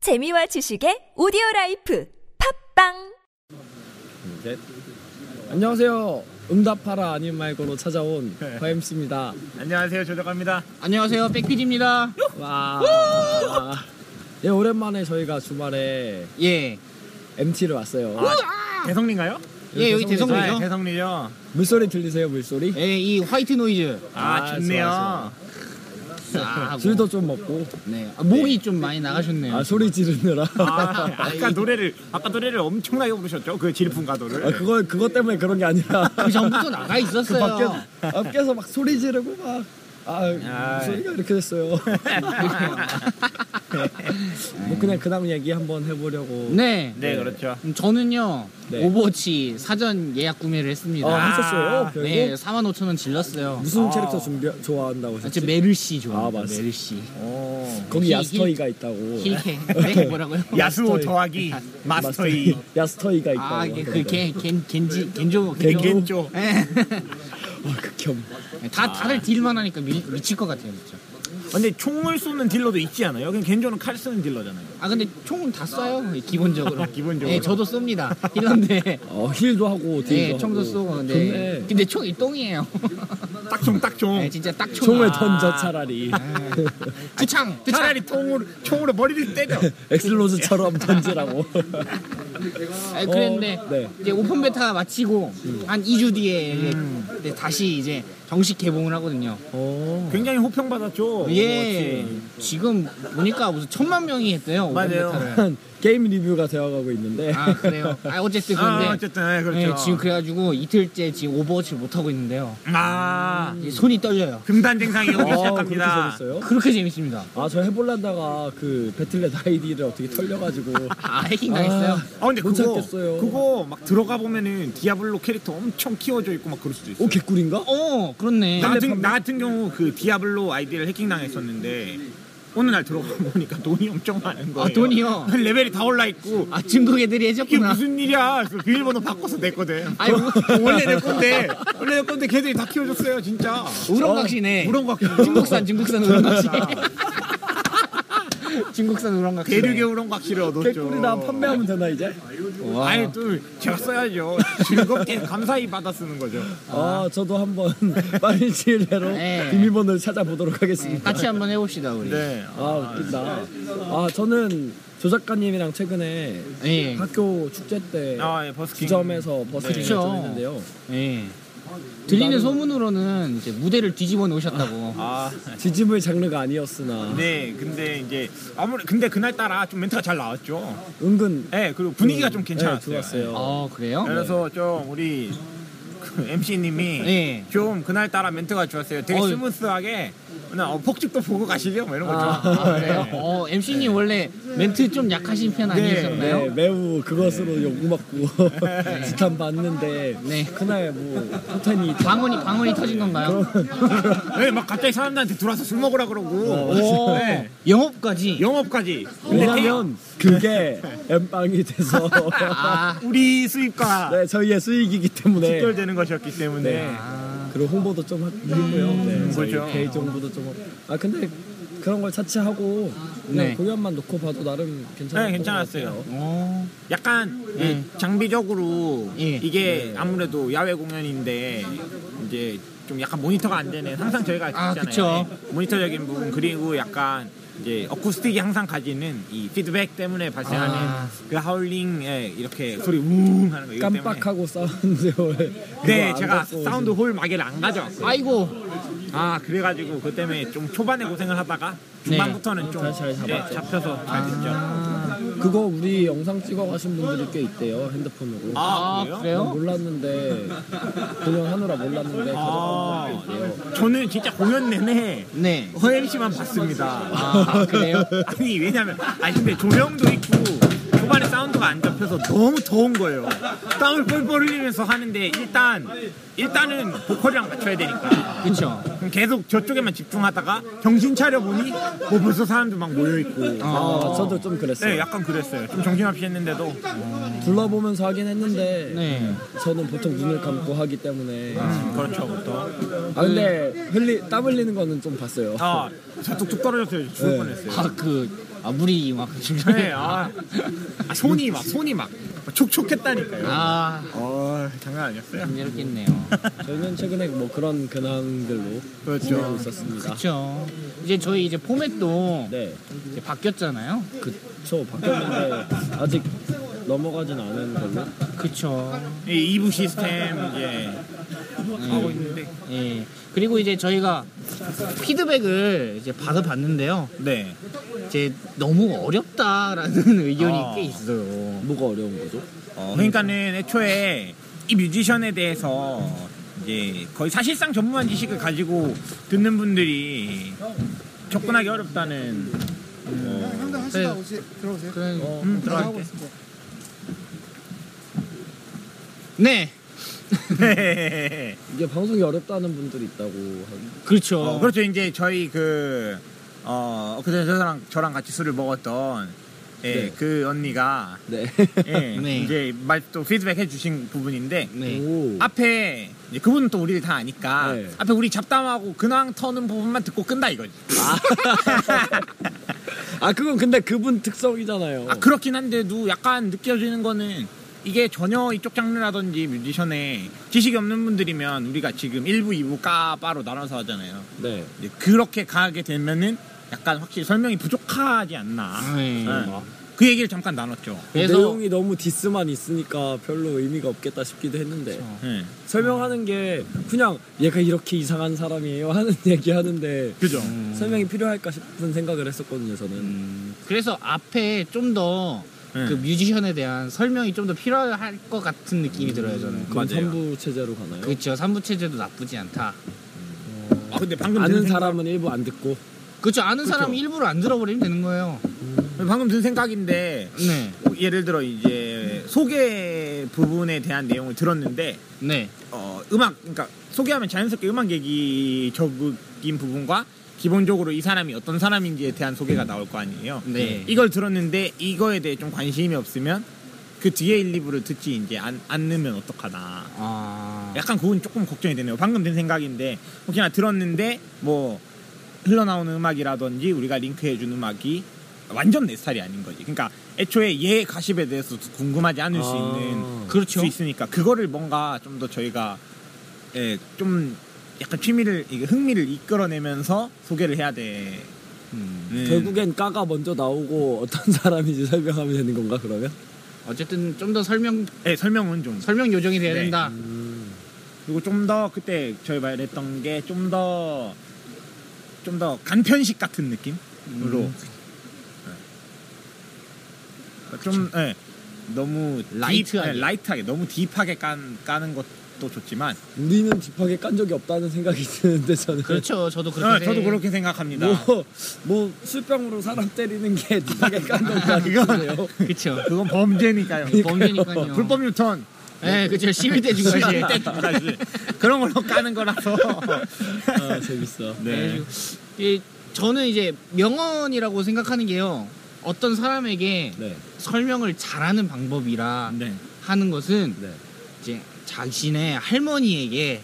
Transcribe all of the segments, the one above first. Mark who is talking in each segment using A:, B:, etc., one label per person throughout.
A: 재미와 지식의 오디오 라이프 팝빵
B: 넷. 안녕하세요. 응답하라 아님 말고로 찾아온
C: 네.
B: 화엠씨입니다.
D: 안녕하세요 조정갑니다.
C: 안녕하세요 백피디입니다
B: 와. 예, 오랜만에 저희가 주말에
C: 예.
B: MT를 왔어요.
C: 아.
D: 대성리인가요? 네,
C: 예 여기
B: 대성리죠?
C: 대성리죠
D: 대성리죠.
B: 물소리 들리세요, 물소리?
C: 예 이 화이트 노이즈
D: 아,
B: 아,
D: 좋네요.
B: 좋아,
C: 아,
B: 술도 좀 먹고.
C: 네. 아, 목이 좀 많이 나가셨네요
B: 아, 소리 지르느라.
D: 아, 아까 노래를 아까 노래를 엄청나게 부르셨죠? 그 질풍 가도를.
B: 아, 그거, 그것 때문에 그런 게 아니라. 그
C: 그 전부터 나가 있었어요
B: 밖에서, 밖에서 막 소리 지르고 막. 아,
D: 아이.
B: 소리가 이렇게 됐어요. 뭐 그냥 그다음 얘기 한번 해보려고.
C: 네
D: 네, 그렇죠.
C: 음, 저는요
B: 네.
C: 오버워치 사전 예약
B: 어,
C: 구매를 했습니다
B: 하셨어요? 결국?
C: 네 4만 5천 원 질렀어요
B: 무슨
D: 아.
B: 캐릭터 준비 좋아한다고
C: 아, 저
B: 하셨지?
C: 메르시
B: 아,
C: 좋아합니다
B: 맞습니다. 어.
C: 메르시
D: 오.
B: 거기
C: 힐,
B: 야스터이가 있다고.
C: 힐캐 네? 뭐라고요?
D: 야수오
B: 마스터이.
D: 더하기 마스터이.
B: 야스터이가 있다고.
C: 아,
B: 하더라고요.
C: 그, 겐, 겐, 겐지, 겐조,
B: 겐조?
D: 겐조.
C: 예.
B: 아, 극혐.
C: 다, 다들 딜만 하니까 미, 미칠 것 같아요, 진짜.
D: 근데 총을 쏘는 딜러도 있지 않아요? 그냥 겐조는 칼 쏘는 딜러잖아요.
C: 아 근데 총은 다 쏴요 예, 기본적으로.
D: 기본적으로.
C: 네, 저도 쏩니다. 힐러인데.
B: 어, 힐도 하고 딜도
C: 네,
B: 하고.
C: 총도 쏘고. 네.
B: 좋네.
C: 근데 총이 똥이에요.
D: 딱총 딱총.
C: 네, 진짜 딱 아, 총.
B: 총을
C: 아,
B: 던져 차라리
C: 두창. 두창.
D: 차라리 통으로 총으로 머리를 때려.
B: 엑슬로즈처럼 던지라고.
C: 아, 그랬는데
B: 어, 네.
C: 이제 오픈 베타 마치고 한 2주 뒤에 이제 네, 다시 이제 정식 개봉을 하거든요.
B: 어.
D: 굉장히 호평 받았죠.
C: 예. 지금 보니까 무슨 천만 명이 했대요. 오픈
D: 맞아요.
B: 네.
C: 베타를.
B: 게임 리뷰가 되어가고 있는데.
C: 아 그래요. 아 어쨌든 근데
D: 아, 어쨌든 네, 그렇죠.
C: 예, 지금 그래가지고 이틀째 지금 오버워치를 못 하고 있는데요.
D: 아
C: 이제 손이 떨려요.
D: 금단 증상이
C: 아,
D: 오기
B: 어,
D: 시작합니다.
B: 그렇게 재밌어요?
C: 그렇게 재밌습니다.
B: 아, 저 해볼란다가 그 배틀넷 아이디를 어떻게 털려가지고.
C: 아 해킹 당했어요?
B: 아,
D: 아 근데
B: 못
D: 그거
B: 찾겠어요.
D: 그거 막 들어가 보면은 디아블로 캐릭터 엄청 키워져 있고 막 그럴 수도 있어.
B: 오, 개꿀인가?
C: 어 그렇네
D: 나 같은 나 같은 경우 그 디아블로 아이디를 해킹 당했었는데 어느 날 들어가 보니까 돈이 엄청 많은 거예요.
C: 아, 돈이요?
D: 레벨이 다 올라 있고
C: 아 중국 애들이
D: 이게
C: 해줬구나
D: 무슨 일이야? 그래서 비밀번호 바꿔서 냈거든.
C: 아이
D: 원래 내 건데 원래 내 건데 걔들이 다 키워줬어요 진짜.
C: 우렁각시네
D: 어, 우렁각시.
C: 중국산 중국산 우렁각시 중국산 우렁각시
D: 대륙의 우렁각시를 얻었죠.
B: 개꿀이다. 판매하면 되나, 이제?
C: 와.
D: 아니 또 제가 써야죠. 즐겁게 감사히 받아 쓰는 거죠.
B: 아, 저도 한번 빨리 지을래로
C: 네.
B: 비밀번호를 찾아보도록
C: 네,
B: 하겠습니다.
C: 같이 한번 해봅시다 우리
D: 네.
B: 아, 웃긴다. 아, 저는 조 작가님이랑 최근에
C: 예.
B: 학교 축제 때
D: 네. 아, 예, 버스킹.
B: 주점에서 버스킹을
C: 그쵸.
B: 좀 했는데요.
C: 예. 들리는 소문으로는 이제 무대를 뒤집어 놓으셨다고
D: 아,
B: 지짐의 장르가 아니었으나
D: 네, 근데 이제 아무래 근데 그날 따라 좀 멘트가 잘 나왔죠.
B: 은근
D: 네, 그리고 분위기가 좀 괜찮았어요. 예.
B: 네, 좋았어요.
C: 아 그래요?
D: 그래서 좀 우리 그 MC님이
C: 예.
D: 좀 그날 따라 멘트가 좋았어요. 되게
C: 어이.
D: 스무스하게 그냥 어, 폭죽도 보고 가시죠, 뭐 이런 거죠.
C: 아 그래요? 어
D: 네.
C: MC님 원래 멘트 좀 약하신 편 아니셨나요?
B: 네, 매우 그것으로 욕먹고
D: 네.
B: 지탄받는데
C: 네.
B: 그날 뭐 호텔이
D: 아,
C: 방언이 방언이 터진 건가요?
D: 네, 막 갑자기 사람들한테 들어와서 술 먹으라 그러고
C: 오,
D: 네,
C: 어, 영업까지.
D: 영업까지. 근데
B: 왜냐면 그게 엠빵이 돼서
C: 아,
D: 우리 수입과
B: 네, 저희의 수익이기 때문에
D: 직결되는 것이었기 때문에
B: 네. 그리고 홍보도 좀 하고요. 네, 저희
D: 그렇죠.
B: 페이지 정보도 좀 하고. 아 근데 그런 걸 차치하고 그냥
C: 네.
B: 공연만 놓고 봐도 나름 괜찮았어요.
D: 네, 괜찮았어요.
C: 어,
D: 약간 예, 장비적으로
C: 예.
D: 이게 아무래도 야외 공연인데 이제 좀 약간 모니터가 안 되는 항상 저희가
C: 아,
D: 있잖아요. 예. 모니터적인 부분 그리고 약간 이제 어쿠스틱이 항상 가지는 이 피드백 때문에 발생하는
C: 아.
D: 그 하울링에 이렇게 소리 우웅 하는 거 이것 때문에.
B: 깜빡하고 사운드를
D: 네, 제가 사운드 홀 마개를 안 가져왔어요.
C: 아이고.
D: 아, 그래가지고 그 때문에 좀 초반에 고생을 하다가
C: 네.
D: 중반부터는 좀
B: 잘 아, 잡았죠. 아.
D: 네, 잡혀서 잘 됐죠.
B: 그거 우리 영상 찍어 가신 분들이 꽤 있대요 핸드폰으로.
D: 아,
C: 아,
D: 그래요?
B: 난
C: 그래요?
B: 몰랐는데 그냥 하느라 몰랐는데
D: 아.
B: 가져간 분들이 있대요.
D: 저는 진짜 공연 내내
C: 네.
D: 허엠 씨만 봤습니다.
C: 아, 그래요?
D: 아니 왜냐면 아니 근데 조명도 있고 초반에 사운드가 안 잡혀서 너무 더운 거예요. 땀을 뻘뻘 흘리면서 하는데 일단 일단은 보컬이랑 맞춰야 되니까
C: 그쵸.
D: 그럼 계속 저쪽에만 집중하다가 정신 차려 보니 뭐 벌써 사람들 막 모여 있고.
B: 아, 저도 좀 그랬어요.
D: 네, 약간 그랬어요. 좀 정신없이 했는데도
B: 둘러보면서 하긴 했는데
C: 네.
B: 저는 보통 눈을 감고 하기 때문에
D: 음, 그렇죠, 보통.
B: 아
D: 네.
B: 근데 흘리 땀 흘리는 거는 좀 봤어요.
D: 아, 저 뚝뚝 떨어졌어요. 죽을
B: 네.
D: 뻔했어요.
C: 아, 그, 아 물이 막
D: 네, 아, 아, 손이 막 손이 막 촉촉했다니까요.
C: 아
D: 어, 장난 아니었어요.
C: 힘들었겠네요.
B: 저희는 최근에 뭐 그런 근황들로 지내고
D: 그렇죠.
B: 있었습니다.
C: 그렇죠. 이제 저희 이제 포맷도
B: 네,
C: 이제 바뀌었잖아요.
B: 그쵸 바뀌었는데 아직 넘어가진 않은 걸로.
C: 그렇죠.
D: 예, 이 이부 시스템 예 하고 있는데.
C: 예. 그리고 이제 저희가 피드백을 이제 받아봤는데요.
D: 네.
C: 이제 너무 어렵다라는 의견이
D: 아.
C: 꽤 있어요.
B: 뭐가 어려운 거죠?
D: 어, 그러니까는 애초에 이 뮤지션에 대해서 이제 거의 사실상 전무한 지식을 가지고 듣는 분들이 접근하기 어렵다는
E: 형도
C: 네.
E: 하시다 오시 들어오세요.
C: 그런-
D: 음,
E: 나
D: 들어갈
E: 하고
D: 때.
E: 있습니다.
C: 네,
D: 네.
B: 이게 방송이 어렵다는 분들이 있다고 하-
C: 그렇죠.
D: 어, 그렇죠. 이제 저희 그, 어, 그때 저랑, 저랑 같이 술을 먹었던, 예,
B: 네.
D: 그 언니가,
B: 네.
D: 예,
C: 네.
D: 이제 말 또 피드백 해주신 부분인데,
C: 네.
B: 오.
D: 앞에, 이제 그분은 또 우리를 다 아니까,
B: 음. 네.
D: 앞에 우리 잡담하고 근황 터는 부분만 듣고 끈다 이거지.
B: 어. 아 그건 근데 그분 특성이잖아요.
D: 아, 그렇긴 한데도 약간 느껴지는 거는, 이게 전혀 이쪽 장르라든지 뮤지션에 지식이 없는 분들이면 우리가 지금 1부, 2부 까바로 나눠서 하잖아요.
B: 네.
D: 이제 그렇게 가게 되면은 약간 확실히 설명이 부족하지 않나.
C: 네.
D: 네. 그 얘기를 잠깐 나눴죠.
C: 그래서
B: 내용이 너무 디스만 있으니까 별로 의미가 없겠다 싶기도 했는데
D: 네.
B: 설명하는 게 그냥 얘가 이렇게 이상한 사람이에요 하는 얘기 하는데
D: 그죠.
C: 음.
B: 설명이 필요할까 싶은 생각을 했었거든요 저는
C: 그래서 앞에 좀 더 그
D: 네.
C: 뮤지션에 대한 설명이 좀 더 필요할 것 같은 느낌이
D: 음.
C: 들어요 저는.
B: 그럼
D: 맞아요.
B: 선부 체제로 가나요?
C: 그렇죠. 삼부 체제도 나쁘지 않다.
D: 아, 근데 방금
B: 아는
D: 든
B: 사람은 일부 안 듣고
C: 그렇죠. 아는
D: 그렇죠.
C: 사람 일부러 안 들어버리면 되는 거예요.
D: 생각, 방금 든 생각인데
C: 네,
D: 예를 들어 이제 소개 부분에 대한 내용을 들었는데
C: 네,
D: 어, 음악 그러니까 소개하면 자연스럽게 음악 얘기 적인 부분과 기본적으로 이 사람이 어떤 사람인지에 대한 소개가 나올 거 아니에요.
C: 네.
D: 이걸 들었는데 이거에 대해 좀 관심이 없으면 그 뒤에 1, 2부를 듣지 이제 안, 안 넣으면 어떡하나.
C: 아,
D: 약간 그건 조금 걱정이 되네요. 방금 든 생각인데 혹시나 들었는데 뭐 흘러나오는 음악이라든지 우리가 링크해준 음악이 완전 내 스타일이 아닌 거지. 그러니까 애초에 얘 가십에 대해서 궁금하지 않을 수
B: 아,
D: 있는
C: 그렇죠.
D: 수 있으니까 그거를 뭔가 좀 더 저희가 예, 좀 약간 취미를 이게 흥미를 이끌어내면서 소개를 해야 돼.
C: 네.
D: 음.
B: 결국엔 까가 먼저 나오고 어떤 사람인지 설명하면 되는 건가 그러면?
C: 어쨌든 좀 더 설명
D: 예, 설명은 좀
C: 설명 요정이 돼야
D: 네.
C: 된다. 음.
D: 그리고 좀 더 그때 저희 말했던 게 좀 더 좀 더 간편식 같은 느낌으로
C: 음.
D: 네. 좀 예, 너무
C: 라이트하게.
D: 딥, 예, 라이트하게 너무 딥하게 깐, 까는 것도 좋지만
B: 우리는 딥하게 깐 적이 없다는 생각이 드는데 저는
C: 그렇죠. 저도
D: 어,
C: 그렇게.
D: 저도
C: 생-
D: 그렇게 생각합니다.
B: 뭐, 뭐 술병으로 사람 때리는 게 딥하게 깐 건가 싶네요
C: 그렇죠.
D: 그건 범죄니까요.
C: 범죄니까요.
D: 불법 유턴
C: 네, 그렇죠. 시민 대중
D: 시위
C: 과실.
D: 때 중까지 그런 걸로 까는 거라서
B: 아 재밌어
D: 네.
C: 이 예, 저는 이제 명언이라고 생각하는 게요. 어떤 사람에게
B: 네,
C: 설명을 잘하는 방법이라
D: 네.
C: 하는 것은
B: 네.
C: 이제 자신의 할머니에게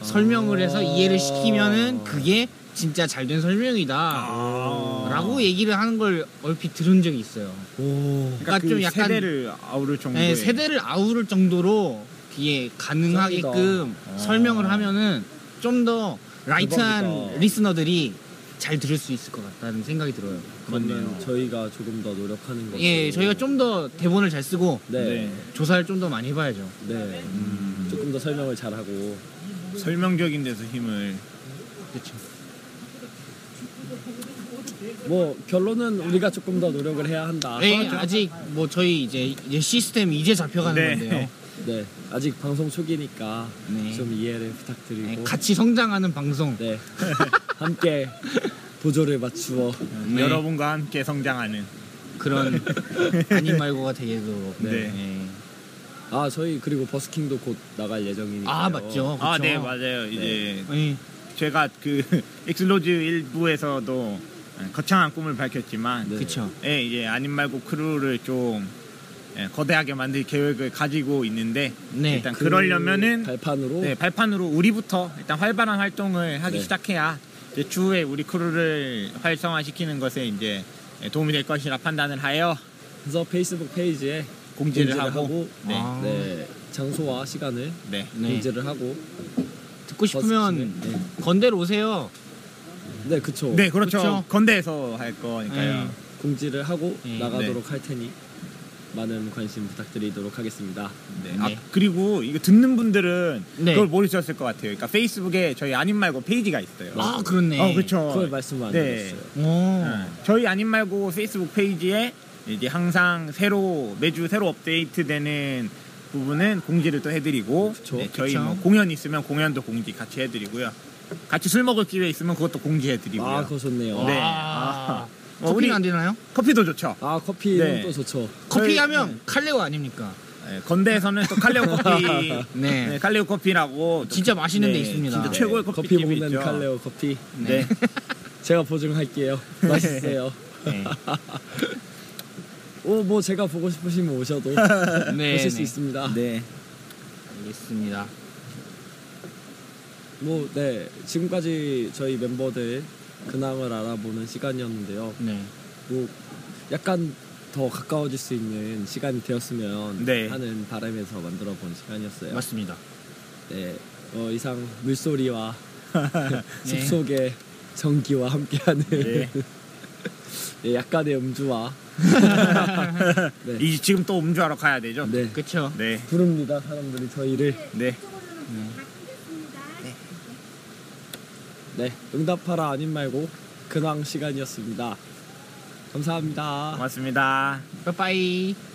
D: 어.
C: 설명을 해서
B: 아.
C: 이해를 시키면은 그게 진짜 잘된
D: 아.
C: 설명이다. 아. 라고 얘기를 하는 걸 얼핏 들은 적이 있어요.
B: 오
D: 그러니까
C: 그러니까
D: 그
C: 좀 약간-
D: 세대를 아우를 정도의
C: 네, 세대를 아우를 정도로 이게 가능하게끔
D: 짱이다.
C: 설명을
D: 아.
C: 하면은 좀 더 라이트한
D: 대박이다.
C: 리스너들이 잘 들을 수 있을 것 같다는 생각이 들어요.
B: 그러면 저희가 조금 더 노력하는 거죠
C: 예, 저희가 좀 더 대본을 잘 쓰고
B: 네, 네.
C: 조사를 좀 더 많이 해봐야죠. 음.
B: 조금 더 설명을 잘하고
D: 설명적인 데서 힘을
C: 그렇죠.
B: 뭐 결론은 우리가 조금 더 노력을 해야 한다
C: 예, 아직 뭐 저희 이제, 이제 시스템 이제 잡혀가는
D: 네.
C: 건데요.
B: 네 아직 방송 초기니까
C: 네.
B: 좀 이해를
C: 예,
B: 부탁드리고
C: 같이 성장하는 방송.
B: 네 함께 보조를 맞추어
C: 네.
D: 여러분과 함께 성장하는
C: 그런 네. 아닌 말고가 되도록.
D: 네.
C: 예.
B: 아 저희 그리고 버스킹도 곧 나갈 예정이니까
C: 아
B: 어,
C: 맞죠.
D: 아,
C: 그쵸?
D: 네, 맞아요. 이제
C: 예.
D: 제가 그 엑슬로즈 1부에서도 거창한 꿈을 밝혔지만
B: 네.
C: 그쵸.
D: 예, 이제 아님 말고 크루를 좀 예, 거대하게 만들 계획을 가지고 있는데
C: 네.
D: 일단 그... 그러려면은
B: 발판으로
D: 네, 발판으로 우리부터 일단 활발한 활동을 하기
B: 네.
D: 시작해야 이제 추후에 우리 크루를 활성화시키는 것에 이제 예, 도움이 될 것이라 판단을 하여
B: 그래서 페이스북 페이지에
D: 공지를, 하고, 네,
C: 아.
B: 네, 장소와 시간을
D: 네.
C: 네.
B: 공지를 하고
C: 듣고 싶으면
B: 버스킹을,
C: 건대로 오세요.
B: 네, 네 그쵸
D: 네, 그렇죠.
C: 그렇죠.
D: 건대에서 할 거니까요.
C: 네.
B: 공지를 하고
C: 네.
B: 나가도록 할 테니 많은 관심 부탁드리도록 하겠습니다
D: 네. 아,
C: 네.
D: 그리고 이거 듣는 분들은
C: 네.
D: 그걸 모르셨을 것 같아요. 그러니까 페이스북에 저희 아님 말고 페이지가 있어요.
C: 아 그렇네.
D: 어, 그렇죠.
B: 그걸 말씀을 안
D: 네.
B: 드렸어요
C: 오.
D: 네. 저희 아님 말고 페이스북 페이지에 이제 항상 새로 매주 새로 업데이트되는 부분은 공지를 또 해드리고
B: 그쵸.
D: 네, 저희
C: 그쵸.
D: 뭐 공연 있으면 공연도 공지 같이 해드리고요. 같이 술 먹을 기회 있으면 그것도 공지해드리고요.
B: 아 그거 좋네요
D: 네.
C: 아.
D: 어,
C: 커피는
D: 우리-
C: 안 되나요?
D: 커피도 좋죠.
B: 아 커피는
D: 네.
B: 또 좋죠
C: 커피
D: 저희-
C: 하면 칼레오 아닙니까?
D: 네, 건대에서는 또 칼레오 커피,
C: 네.
D: 네, 칼레오 커피라고 또-
C: 진짜 맛있는 데 있습니다.
D: 진짜
C: 네.
D: 최고의 커피
B: 커피
D: 집
B: 먹는
D: 있죠.
B: 칼레오 커피
D: 네.
B: 제가 보증할게요 맛있어요
D: 네.
B: 오, 뭐 제가 보고 싶으시면 오셔도
C: 네,
B: 보실 수
C: 네.
B: 있습니다.
D: 네.
C: 알겠습니다.
B: 뭐, 네 지금까지 저희 멤버들 근황을 알아보는 시간이었는데요.
C: 네.
B: 뭐 약간 더 가까워질 수 있는 시간이 되었으면
D: 네.
B: 하는 바람에서 만들어본 시간이었어요.
C: 맞습니다.
B: 네, 어, 이상 물소리와 숲속의 전기와 함께하는
D: 네.
B: 네, 약간의 음주와 네.
D: 이 지금 또 음주하러 가야 되죠.
B: 네,
C: 그렇죠.
D: 아, 네.
B: 부릅니다 사람들이 저희를.
D: 네.
B: 네, 응답하라 아님 말고 근황 시간이었습니다. 감사합니다.
D: 고맙습니다.
C: 빠빠이.